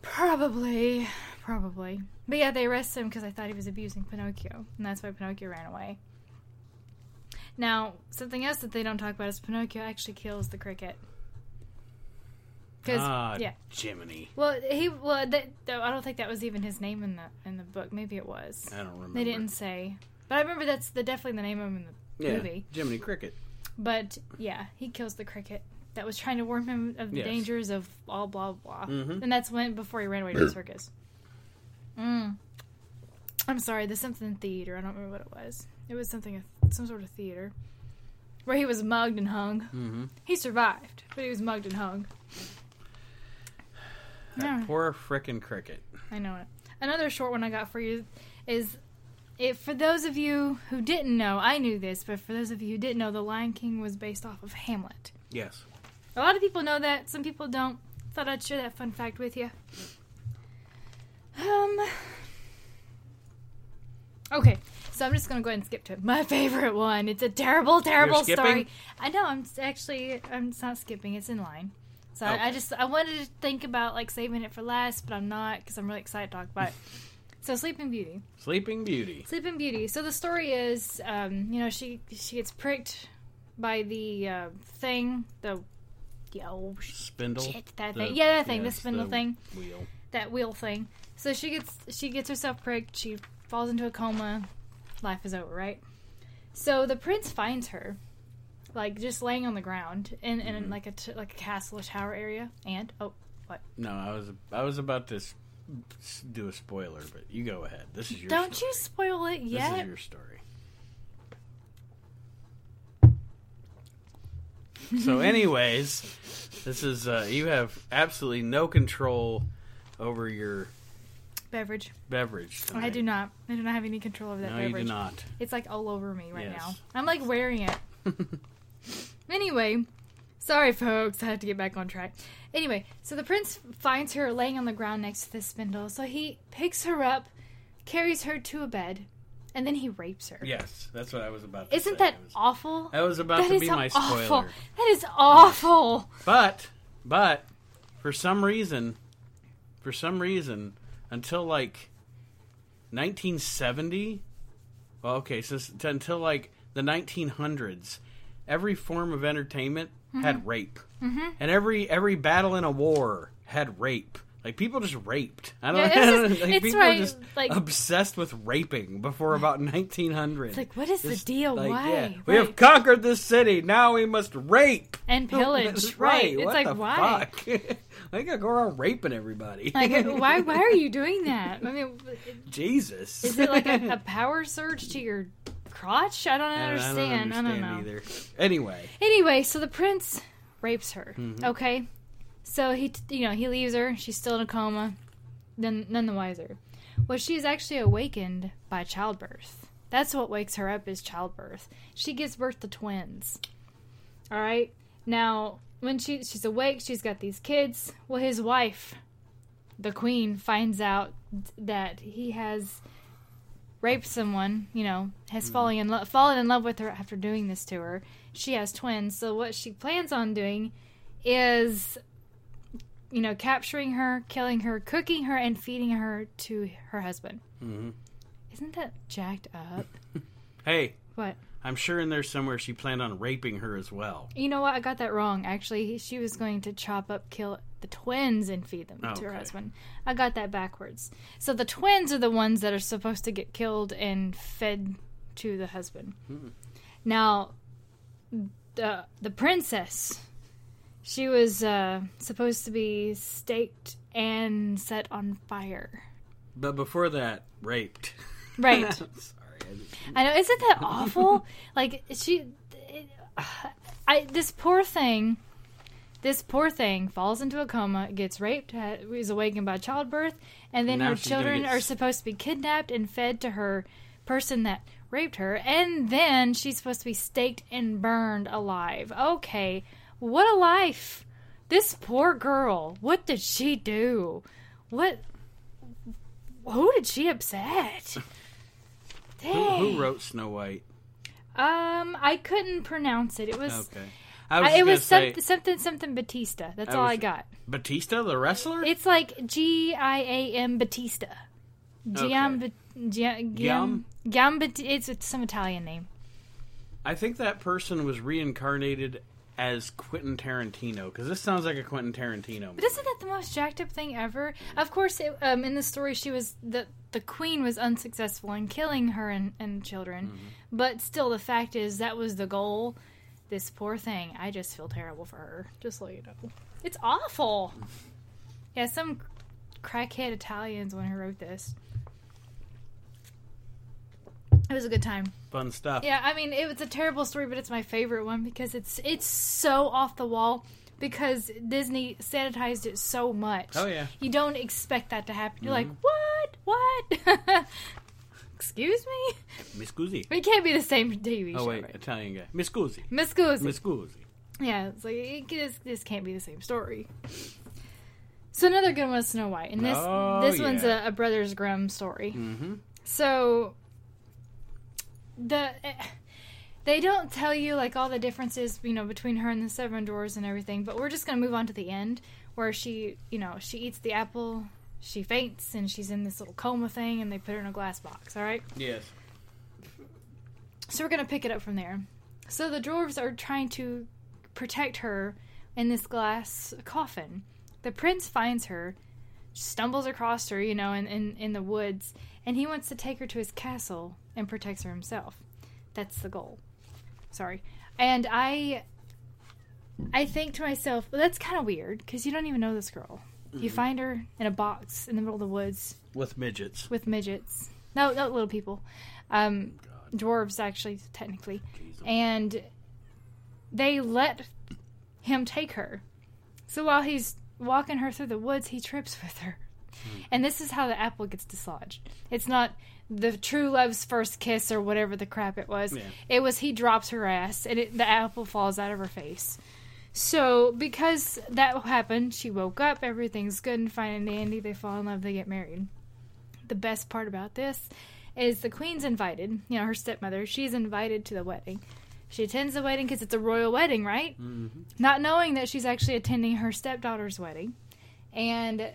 Speaker 2: Probably, probably. But yeah, they arrested him because I thought he was abusing Pinocchio, and that's why Pinocchio ran away. Now, something else that they don't talk about is Pinocchio actually kills the cricket. 'Cause-
Speaker 1: ah,
Speaker 2: yeah,
Speaker 1: Jiminy.
Speaker 2: well, he well, that, though I don't think that was even his name in the in the book. Maybe it was.
Speaker 1: I don't remember.
Speaker 2: They didn't say, but I remember that's the definitely the name of him in the
Speaker 1: Yeah,
Speaker 2: movie.
Speaker 1: Jiminy Cricket.
Speaker 2: But yeah, he kills the cricket that was trying to warn him of the
Speaker 1: Yes.
Speaker 2: dangers of all blah blah.
Speaker 1: Mhm.
Speaker 2: And that's when before he ran away to the circus. Mm. I'm sorry, the something theater. I don't remember what it was. It was something, some sort of theater, where he was mugged and hung.
Speaker 1: Mm-hmm.
Speaker 2: He survived, but he was mugged and hung. Yeah.
Speaker 1: Poor frickin' cricket.
Speaker 2: I know it. Another short one I got for you is if for those of you who didn't know, I knew this, but for those of you who didn't know, The Lion King was based off of Hamlet.
Speaker 1: Yes.
Speaker 2: A lot of people know that. Some people don't. Thought I'd share that fun fact with you. Um. Okay, so I'm just gonna go ahead and skip to my <laughs> favorite one. It's a terrible, terrible
Speaker 1: skipping?
Speaker 2: story. I know. I'm s- actually. I'm it's not skipping. It's in line. So I, I
Speaker 1: Okay.
Speaker 2: just I wanted to think about like saving it for last, but I'm not because I'm really excited to talk
Speaker 1: <laughs>
Speaker 2: about it. so Sleeping Beauty.
Speaker 1: Sleeping Beauty.
Speaker 2: Sleeping Beauty. So the story is, um, you know, she she gets pricked by the uh, thing, the yeah, oh,
Speaker 1: Spindle.
Speaker 2: shit, that
Speaker 1: The-
Speaker 2: thing. Yeah, that thing, the
Speaker 1: yes,
Speaker 2: spindle thing,
Speaker 1: Wheel.
Speaker 2: that wheel thing. So she gets she gets herself pricked. She falls into a coma. Life is over, right? So the prince finds her, like just laying on the ground in, in
Speaker 1: Mhm.
Speaker 2: like a t- like a castle tower area. And oh,
Speaker 1: No, I was I was about to s- s- do a spoiler, but you go ahead. This is your
Speaker 2: don't
Speaker 1: story.
Speaker 2: you spoil it
Speaker 1: This
Speaker 2: yet?
Speaker 1: is your story.
Speaker 2: <laughs>
Speaker 1: So, anyways, this is uh, you have absolutely no control over your
Speaker 2: beverage.
Speaker 1: beverage. Tonight.
Speaker 2: I do not. I do not have any control over that
Speaker 1: No,
Speaker 2: beverage.
Speaker 1: you do not.
Speaker 2: It's like all over me right
Speaker 1: Yes.
Speaker 2: now. I'm like
Speaker 1: <laughs>
Speaker 2: wearing it. Anyway, sorry folks, I have to get back on track. Anyway, so the prince finds her laying on the ground next to the spindle, so he picks her up, carries her to a bed, and then he rapes her.
Speaker 1: yes, that's what I was about. to
Speaker 2: Isn't
Speaker 1: say.
Speaker 2: that
Speaker 1: I was,
Speaker 2: awful?
Speaker 1: that was about
Speaker 2: That
Speaker 1: to
Speaker 2: is
Speaker 1: be my
Speaker 2: awful.
Speaker 1: spoiler?
Speaker 2: That is awful.
Speaker 1: But but for some reason for some reason until like 1970 well okay since t- until like the 1900s every form of entertainment
Speaker 2: Mm-hmm.
Speaker 1: had rape. And every every battle in a war had rape. Like people just raped. I don't
Speaker 2: Yeah, it's
Speaker 1: I don't know. <laughs>
Speaker 2: just-
Speaker 1: like
Speaker 2: it's
Speaker 1: people
Speaker 2: right,
Speaker 1: were just
Speaker 2: like-
Speaker 1: obsessed with raping before about 1900.
Speaker 2: It's like, what is
Speaker 1: Just
Speaker 2: the deal?
Speaker 1: like,
Speaker 2: why?
Speaker 1: yeah, we
Speaker 2: Right.
Speaker 1: have conquered this city. Now we must rape <laughs>
Speaker 2: and pillage,
Speaker 1: That's
Speaker 2: right? It's
Speaker 1: what
Speaker 2: like
Speaker 1: the
Speaker 2: why?
Speaker 1: Fuck? <laughs> I gotta go around raping everybody.
Speaker 2: Like why? Why are you doing that? I mean,
Speaker 1: <laughs> Jesus.
Speaker 2: is it
Speaker 1: <laughs>
Speaker 2: like a, a power surge to your crotch? I don't
Speaker 1: I don't-
Speaker 2: understand.
Speaker 1: I don't, understand
Speaker 2: know.
Speaker 1: either. Anyway,
Speaker 2: Anyway, so the prince rapes her. Okay, so he, t- you know, he leaves her. She's still in a coma. Then, none the wiser. Well, she's actually awakened by childbirth. That's what wakes her up is childbirth. She gives birth to twins. All right. Now, when she she's awake, she's got these kids. Well, his wife, the queen, finds out that he has raped someone. You know, has fallen in love, fallen in love with her after doing this to her. She has twins. So what she plans on doing is, you know, capturing her, killing her, cooking her, and feeding her to her husband.
Speaker 1: Mhm.
Speaker 2: Isn't that jacked up?
Speaker 1: hey,
Speaker 2: What?
Speaker 1: I'm sure in there somewhere she planned on raping her as well.
Speaker 2: You know what? I got that wrong. Actually, he- she was going to chop up, kill the twins, and feed them to her
Speaker 1: Okay.
Speaker 2: husband. I got that backwards. So the twins are the ones that are supposed to get killed and fed to the husband. Now, the the princess, she was uh, supposed to be staked and set on fire.
Speaker 1: But before that, raped.
Speaker 2: Right.
Speaker 1: <laughs> Sorry. I just-
Speaker 2: I know. Isn't that
Speaker 1: <laughs>
Speaker 2: awful? like she, it, I this poor thing, this poor thing falls into a coma, gets raped, ha- is awakened by childbirth, and then
Speaker 1: Now
Speaker 2: her
Speaker 1: she's gonna
Speaker 2: children
Speaker 1: get
Speaker 2: are
Speaker 1: s-
Speaker 2: supposed to be kidnapped and fed to her person that raped her, and then she's supposed to be staked and burned alive. Okay, what a life! This poor girl. What did she do? What? Who did she upset?
Speaker 1: Who,
Speaker 2: Dang.
Speaker 1: who wrote Snow White?
Speaker 2: Um, I couldn't pronounce it. It was
Speaker 1: Okay. I was
Speaker 2: I,
Speaker 1: just
Speaker 2: it
Speaker 1: gonna
Speaker 2: was
Speaker 1: say
Speaker 2: something something something Batista. That's
Speaker 1: I
Speaker 2: all
Speaker 1: was-
Speaker 2: I got.
Speaker 1: Batista, the wrestler.
Speaker 2: It's like G I A M Batista. Giam
Speaker 1: Okay.
Speaker 2: Bat- Gia- Giam Giam Bat- it's, it's some Italian name.
Speaker 1: I think that person was reincarnated as Quentin Tarantino because this sounds like a Quentin Tarantino. Movie.
Speaker 2: But isn't that the most jacked up thing ever? Of course, it, um, in the story, she was the the queen was unsuccessful in killing her and, and children, but still, the fact is that was the goal. This poor thing. I just feel terrible for her. Just so you know, it's awful. Yeah, some crackhead Italians when who wrote this. It was a good time.
Speaker 1: Fun stuff.
Speaker 2: Yeah, I mean it was a terrible story, but it's my favorite one because it's it's so off the wall because Disney sanitized it so much.
Speaker 1: Oh, yeah. Mm-hmm.
Speaker 2: you don't expect that to happen. You're like, what? What? <laughs> Excuse me?
Speaker 1: Miss Guzzi.
Speaker 2: It can't be the same TV
Speaker 1: Oh
Speaker 2: show.
Speaker 1: wait,
Speaker 2: right?
Speaker 1: Italian guy. Miss Guzzi.
Speaker 2: Miss Goose.
Speaker 1: Miss Guzzi.
Speaker 2: Yeah, it's like it, this, this can't be the same story. So another good one is Snow White, and this
Speaker 1: Oh,
Speaker 2: this one's
Speaker 1: yeah.
Speaker 2: a, a Brothers Grimm story.
Speaker 1: Mm-hmm.
Speaker 2: So the they don't tell you like all the differences, you know, between her and the seven dwarves and everything, but we're just going to move on to the end where she, you know, she eats the apple, she faints and she's in this little coma thing and they put her in a glass box, all right?
Speaker 1: Yes.
Speaker 2: So we're going to pick it up from there. So the dwarves are trying to protect her in this glass coffin. The prince finds her, stumbles across her, you know, in, in, in the woods, and he wants to take her to his castle and protects her himself. That's the goal. Sorry. And I I think to myself, well, that's kind of weird because you don't even know this girl. You find her in a box in the middle of the woods
Speaker 1: with midgets.
Speaker 2: with midgets. No, no little people. Um, dwarves, actually, technically. And they let him take her. So while he's walking her through the woods, he trips <laughs> with her. And this is how the apple gets dislodged. It's not the true love's first kiss or whatever the crap it was.
Speaker 1: Yeah.
Speaker 2: It was he drops her ass and it, the apple falls out of her face. So because that happened, she woke up. Everything's good and fine and dandy. They fall in love. They get married the best part about this is the queen's invited you know her stepmother she's invited to the wedding she attends the wedding because it's a royal wedding right mm-hmm. not knowing that she's actually attending her stepdaughter's wedding and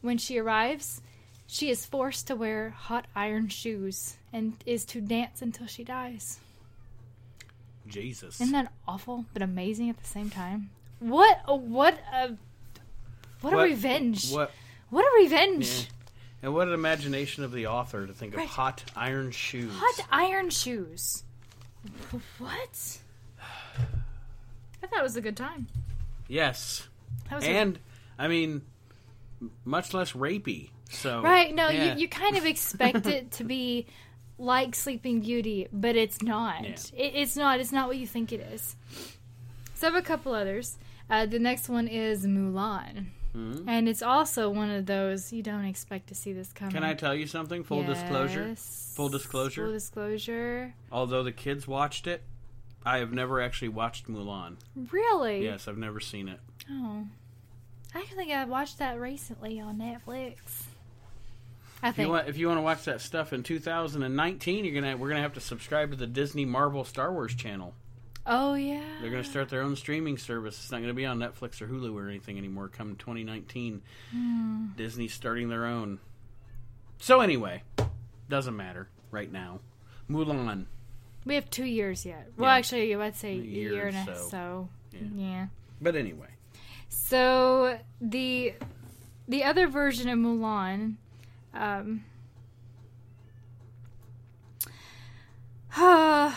Speaker 2: when she arrives she is forced to wear hot iron shoes and is to dance until she dies
Speaker 1: Jesus.
Speaker 2: isn't that awful but amazing at the same time what a what a what, a revenge what,
Speaker 1: What
Speaker 2: a revenge
Speaker 1: Yeah. and what an imagination of the author to think of
Speaker 2: Right.
Speaker 1: hot iron shoes.
Speaker 2: Hot iron shoes. What? <sighs> I thought it was a good time.
Speaker 1: Yes.
Speaker 2: That was a-
Speaker 1: And I mean m- much less rapey. So
Speaker 2: right? No,
Speaker 1: Oh, yeah.
Speaker 2: you, you kind of expect it to be like Sleeping Beauty, but it's not.
Speaker 1: Yeah.
Speaker 2: It, it's not. It's not what you think it is. So I have a couple others. Uh, the next one is Mulan,
Speaker 1: Hmm?
Speaker 2: and it's also one of those you don't expect to see this coming.
Speaker 1: Can I tell you something? Full disclosure.
Speaker 2: Yes.
Speaker 1: Full disclosure?
Speaker 2: Full disclosure.
Speaker 1: Although the kids watched it, I have never actually watched Mulan.
Speaker 2: Really?
Speaker 1: Yes, I've never seen it.
Speaker 2: Oh. I think I watched that recently on Netflix. I
Speaker 1: If you
Speaker 2: think.
Speaker 1: want, if you want to watch that stuff in 2019, you're gonna we're gonna have to subscribe to the Disney Marvel Star Wars channel.
Speaker 2: oh, yeah.
Speaker 1: They're gonna start their own streaming service. It's not gonna be on Netflix or Hulu or anything anymore. Come 2019,
Speaker 2: Hmm.
Speaker 1: Disney's starting their own. So anyway, doesn't matter right now. Mulan.
Speaker 2: We have two years yet. Well,
Speaker 1: Yeah.
Speaker 2: actually, I'd say a
Speaker 1: year
Speaker 2: year, and a
Speaker 1: or
Speaker 2: half.
Speaker 1: so.
Speaker 2: So,
Speaker 1: Yeah.
Speaker 2: yeah.
Speaker 1: But anyway,
Speaker 2: So the the other version of Mulan, um, <sighs>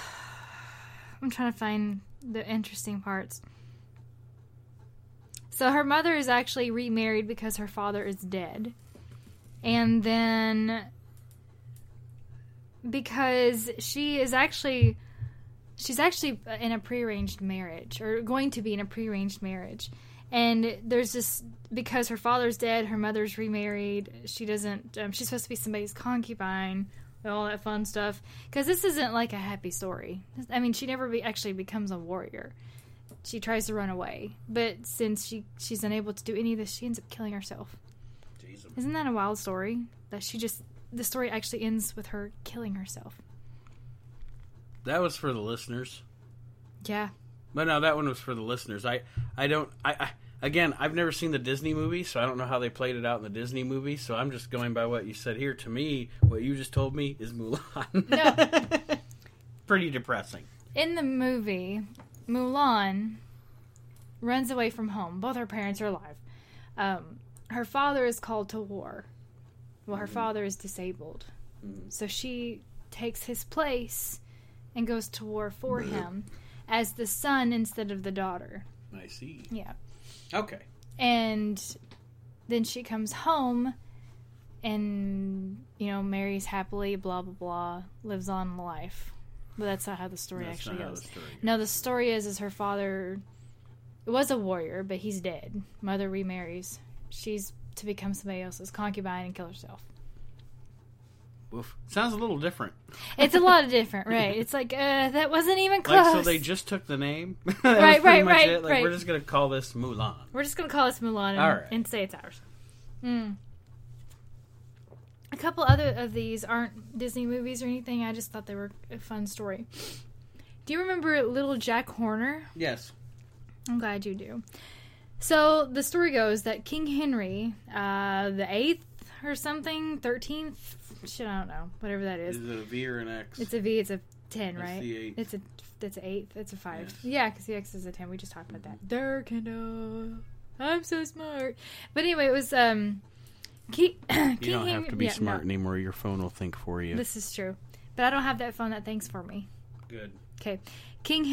Speaker 2: I'm trying to find the interesting parts. So her mother is actually remarried because her father is dead, and then because she is actually she's actually in a prearranged marriage or going to be in a prearranged marriage and there's this because her father's dead her mother's remarried she doesn't um, she's supposed to be somebody's concubine all that fun stuff because this isn't like a happy story i mean she never be, actually becomes a warrior she tries to run away but since she she's unable to do any of this she ends up killing herself
Speaker 1: Jesus.
Speaker 2: isn't that a wild story that she just the story actually ends with her killing herself
Speaker 1: that was for the listeners.
Speaker 2: yeah
Speaker 1: But no, that one was for the listeners. I, I don't. I, I again, I've never seen the Disney movie, so I don't know how they played it out in the Disney movie. So I'm just going by what you said here. To me, what you just told me is Mulan.
Speaker 2: No.
Speaker 1: <laughs> pretty depressing.
Speaker 2: in the movie, Mulan runs away from home. Both her parents are alive. Um, her father is called to war. Well,
Speaker 1: Mm-hmm.
Speaker 2: her father is disabled.
Speaker 1: Mm.
Speaker 2: So she takes his place and goes to war for
Speaker 1: Mm.
Speaker 2: him as the son instead of the daughter.
Speaker 1: I see.
Speaker 2: Yeah.
Speaker 1: Okay.
Speaker 2: And then she comes home and, you know, marries happily, blah, blah, blah, lives on life. But that's not how the story
Speaker 1: That's
Speaker 2: actually
Speaker 1: not how
Speaker 2: goes.
Speaker 1: the story goes.
Speaker 2: No, the story is is her father was a warrior, but he's dead. Mother remarries. She's to become somebody else's concubine and kill herself.
Speaker 1: Oof. Sounds a little different.
Speaker 2: It's a lot of different, right? It's like uh, that wasn't even close.
Speaker 1: Like, so they just took the name. <laughs> That was
Speaker 2: Right,
Speaker 1: pretty
Speaker 2: right,
Speaker 1: much
Speaker 2: right,
Speaker 1: it. Like,
Speaker 2: right.
Speaker 1: we're just gonna call this Mulan.
Speaker 2: We're just gonna call this Mulan and,
Speaker 1: All right.
Speaker 2: and say it's ours. Mm. A couple other of these aren't Disney movies or anything. I just thought they were a fun story. Do you remember Little Jack Horner?
Speaker 1: Yes.
Speaker 2: I'm glad you do. So the story goes that King Henry, uh, the eighth or something, thirteenth, shit, I don't know, whatever that
Speaker 1: Is
Speaker 2: is.
Speaker 1: it a V or an X?
Speaker 2: It's a V. It's a ten,
Speaker 1: That's
Speaker 2: right?
Speaker 1: the eighth.
Speaker 2: It's a that's an eighth. It's a five. Yeah, because the X is a ten. We just talked about
Speaker 1: Mm-hmm.
Speaker 2: that. There, Kendall. I'm so smart. But anyway, it was um, <clears throat> Ke-
Speaker 1: You don't have to be smart anymore. Your phone will think for you.
Speaker 2: This is true, but I don't have that phone that thinks for me.
Speaker 1: Good.
Speaker 2: Okay, King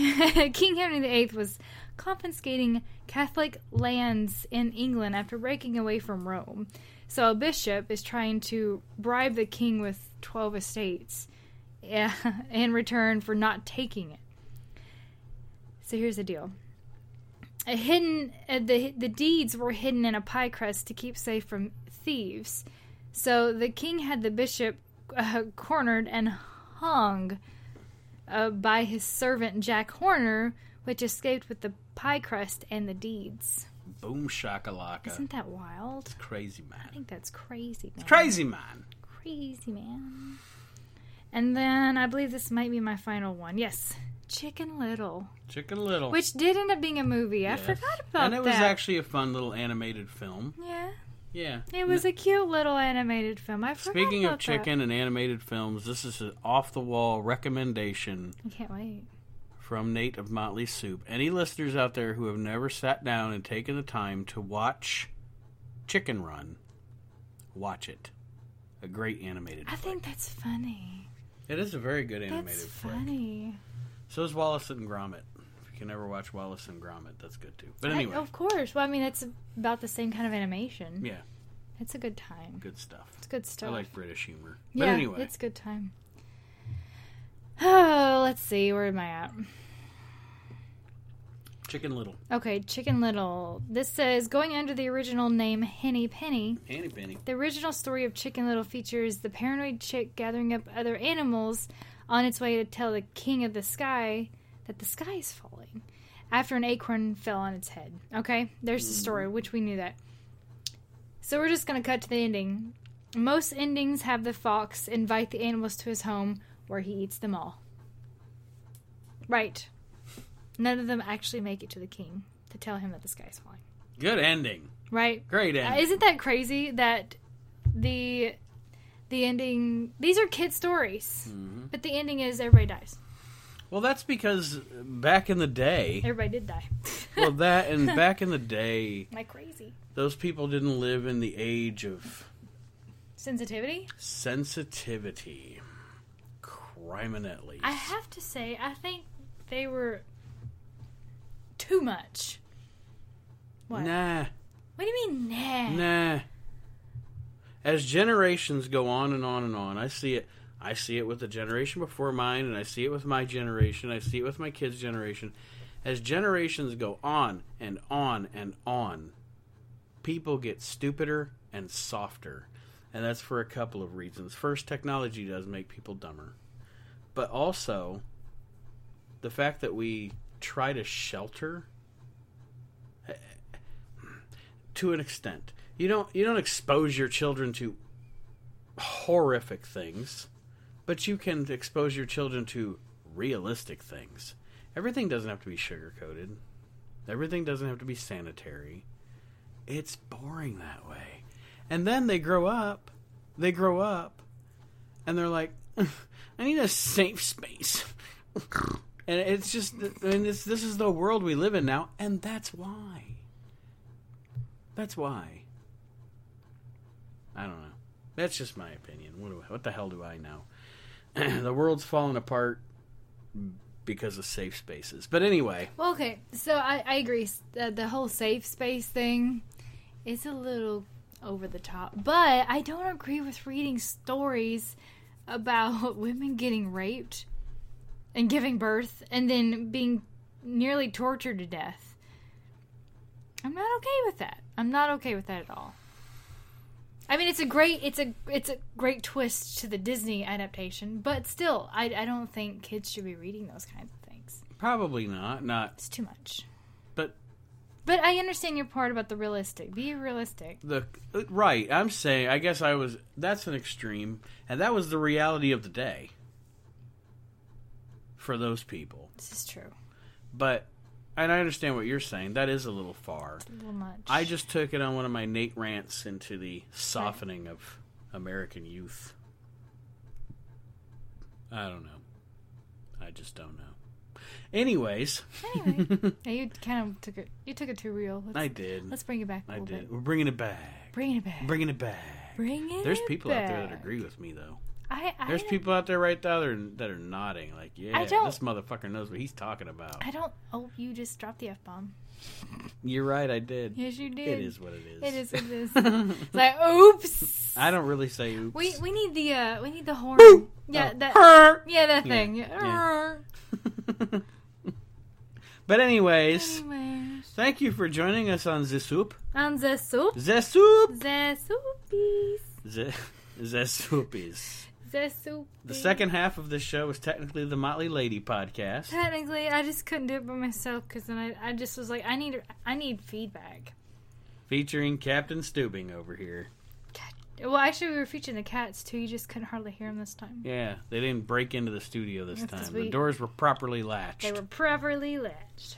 Speaker 2: King <laughs> Henry VIII was confiscating Catholic lands in England after breaking away from Rome. So a bishop is trying to bribe the king with twelve estates, <laughs> yeah, in return for not taking it. So here's the deal: a hidden uh, the the deeds were hidden in a pie crust to keep safe from thieves. So the king had the bishop uh, cornered and hung uh, by his servant Jack Horner, which escaped with the pie crust and the deeds.
Speaker 1: Boom shakalaka.
Speaker 2: Isn't that wild?
Speaker 1: Crazy
Speaker 2: I
Speaker 1: man.
Speaker 2: think that's crazy, man.
Speaker 1: Crazy man.
Speaker 2: Crazy, man. And then I believe this might be my final one. Yes, Chicken Little,
Speaker 1: Chicken Little.
Speaker 2: which did end up being a movie. I
Speaker 1: Yes.
Speaker 2: forgot about
Speaker 1: and it was
Speaker 2: that.
Speaker 1: actually a fun little animated film.
Speaker 2: yeah,
Speaker 1: Yeah.
Speaker 2: it was a cute little animated film. I forgot
Speaker 1: Speaking of
Speaker 2: about that.
Speaker 1: chicken and animated films, this is an off the wall recommendation
Speaker 2: I can't wait.
Speaker 1: from Nate of Motley Soup. Any listeners out there who have never sat down and taken the time to watch Chicken Run, watch it. A great animated
Speaker 2: I
Speaker 1: film.
Speaker 2: think that's funny.
Speaker 1: It is a very good animated
Speaker 2: That's
Speaker 1: flick.
Speaker 2: funny.
Speaker 1: So is Wallace and Gromit. If you can ever watch Wallace and Gromit, that's good too. But
Speaker 2: I-
Speaker 1: anyway,
Speaker 2: of course. Well, I mean, it's about the same kind of animation.
Speaker 1: yeah,
Speaker 2: It's a good time.
Speaker 1: good stuff.
Speaker 2: It's good stuff.
Speaker 1: I like British humor.
Speaker 2: yeah,
Speaker 1: but anyway,
Speaker 2: it's good time. Oh, let's see. Where am I at?
Speaker 1: Chicken Little,
Speaker 2: Okay, Chicken Little. This says going under the original name Henny Penny.
Speaker 1: Annie Penny.
Speaker 2: The original story of Chicken Little features the paranoid chick gathering up other animals on its way to tell the king of the sky that the sky is falling after an acorn fell on its head. Okay, there's the story, which we knew that. So we're just going to cut to the ending. Most endings have the fox invite the animals to his home where he eats them all. Right. None of them actually make it to the king to tell him that the sky is falling.
Speaker 1: Good ending.
Speaker 2: Right?
Speaker 1: Great
Speaker 2: Uh,
Speaker 1: ending.
Speaker 2: isn't that crazy that the the ending these are kid stories but the ending is everybody dies
Speaker 1: well, that's because back in the day,
Speaker 2: everybody did die <laughs>
Speaker 1: well, that and back in the day,
Speaker 2: am i crazy
Speaker 1: those people didn't live in the age of
Speaker 2: sensitivity
Speaker 1: sensitivity. Crime at least.
Speaker 2: i have to say i think they were too much what
Speaker 1: Nah,
Speaker 2: what do you mean nah,
Speaker 1: nah. As generations go on and on and on, I see it. I see it with the generation before mine, and I see it with my generation. I see it with my kids' generation. As generations go on and on and on, people get stupider and softer. And that's for a couple of reasons. First, technology does make people dumber. But also, the fact that we try to shelter to an extent. You don't you don't expose your children to horrific things, but you can expose your children to realistic things. Everything doesn't have to be sugar coated. Everything doesn't have to be sanitary. It's boring that way. And then they grow up. They grow up and they're like, <laughs> I need a safe space. <laughs> and it's just I mean, it's, this is the world we live in now, and that's why. That's why. I don't know. That's just my opinion. What, do I, what the hell do I know? <clears throat> the world's falling apart because of safe spaces. But anyway,
Speaker 2: well okay so i, I agree S- uh, the whole safe space thing is a little over the top but i don't agree with reading stories about <laughs> women getting raped and giving birth and then being nearly tortured to death. I'm not okay with that. I'm not okay with that at all. I mean, it's a great it's a it's a great twist to the Disney adaptation, but still, I I don't think kids should be reading those kinds of things.
Speaker 1: probably not. Not,
Speaker 2: It's too much.
Speaker 1: but
Speaker 2: But I understand your part about the realistic. Be realistic.
Speaker 1: the right. I'm saying. I guess I was. That's an extreme, and that was the reality of the day for those people.
Speaker 2: This is true.
Speaker 1: But, and I understand what you're saying. That is a little far.
Speaker 2: A little much.
Speaker 1: I just took it on one of my Nate rants into the softening of American youth. I don't know. I just don't know. Anyways, <laughs>
Speaker 2: Anyway, yeah, you kind of took it. You took it too real. Let's,
Speaker 1: I did.
Speaker 2: let's bring it back. a
Speaker 1: I
Speaker 2: little
Speaker 1: did.
Speaker 2: Bit.
Speaker 1: We're bringing it back.
Speaker 2: Bring it back.
Speaker 1: Bringing it back.
Speaker 2: Bring it.
Speaker 1: There's people out there that
Speaker 2: back.
Speaker 1: agree with me though.
Speaker 2: I, I
Speaker 1: There's
Speaker 2: don't-
Speaker 1: people out there right now that are, that are nodding like, yeah,
Speaker 2: don't-
Speaker 1: this motherfucker knows what he's talking about.
Speaker 2: I don't. Oh, you just dropped the f bomb.
Speaker 1: You're right, I did.
Speaker 2: Yes, you did.
Speaker 1: It is what it is.
Speaker 2: It is what it is.
Speaker 1: <laughs>
Speaker 2: It's like, oops.
Speaker 1: I don't really say oops.
Speaker 2: We we need the uh we need the horn.
Speaker 1: Boop.
Speaker 2: Yeah,
Speaker 1: Oh,
Speaker 2: that.
Speaker 1: "Her."
Speaker 2: Yeah, that
Speaker 1: Yeah,
Speaker 2: thing.
Speaker 1: yeah. <laughs> but anyways,
Speaker 2: Anyways,
Speaker 1: thank you for joining us on Zisoup.
Speaker 2: on the soup,
Speaker 1: Zesoup.
Speaker 2: the soupies,
Speaker 1: Z- Zesoupies.
Speaker 2: the soup.
Speaker 1: The second half of this show is technically the Motley Lady podcast.
Speaker 2: Technically, I just couldn't do it by myself because then I, I just was like, I need I need feedback.
Speaker 1: featuring Captain Stubing over here.
Speaker 2: Well, actually, we were featuring the cats too. You just couldn't hardly hear them this time.
Speaker 1: Yeah, they didn't break into the studio this
Speaker 2: That's 'cause
Speaker 1: time.
Speaker 2: we-
Speaker 1: The doors were properly latched.
Speaker 2: They were properly latched.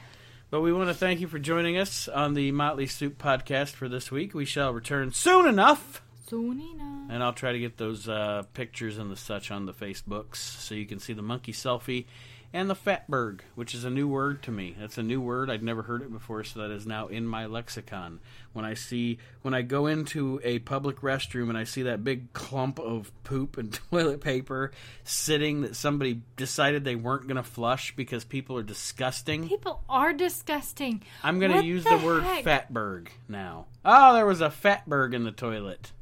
Speaker 1: But we want to thank you for joining us on the Motley Soup podcast for this week. We shall return soon enough,
Speaker 2: Soon enough.
Speaker 1: and I'll try to get those uh, pictures and the such on the Facebooks so you can see the monkey selfie and the fatberg, which is a new word to me. That's a new word. I'd never heard it before, so that is now in my lexicon. When I see when I go into a public restroom and I see that big clump of poop and <laughs> toilet paper sitting that somebody decided they weren't going to flush because people are disgusting.
Speaker 2: People are disgusting.
Speaker 1: I'm gonna
Speaker 2: What
Speaker 1: use
Speaker 2: the
Speaker 1: the, word
Speaker 2: heck?
Speaker 1: fatberg now. Oh, there was a fatberg in the toilet.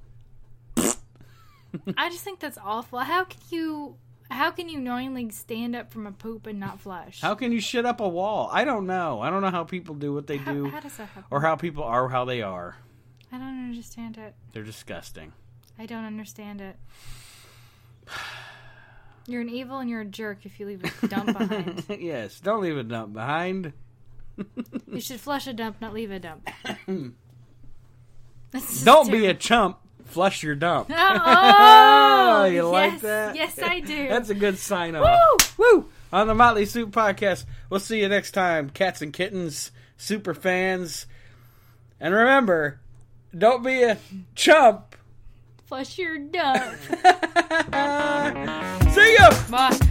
Speaker 2: I just think that's awful. How can you? How can you knowingly stand up from a poop and not flush?
Speaker 1: How can you shit up a wall? I don't know. I don't know how people do what they
Speaker 2: How-
Speaker 1: do,
Speaker 2: how does that happen?
Speaker 1: or how people are how they are.
Speaker 2: I don't understand it.
Speaker 1: They're disgusting.
Speaker 2: I don't understand it. You're an evil and you're a jerk if you leave a dump behind.
Speaker 1: <laughs> yes, don't leave a dump behind.
Speaker 2: You should flush a dump, not leave a dump. That's just
Speaker 1: Don't be a
Speaker 2: terrible.
Speaker 1: chump. Flush your dump.
Speaker 2: <laughs>
Speaker 1: <laughs>
Speaker 2: Oh,
Speaker 1: you like
Speaker 2: yes,
Speaker 1: that?
Speaker 2: Yes, I do.
Speaker 1: That's a good sign
Speaker 2: Woo!
Speaker 1: off. Woo! On the Motley Soup podcast. We'll see you next time, cats and kittens, super fans, and remember, don't be a chump. <laughs>
Speaker 2: flush your dump.
Speaker 1: See ya.
Speaker 2: Bye.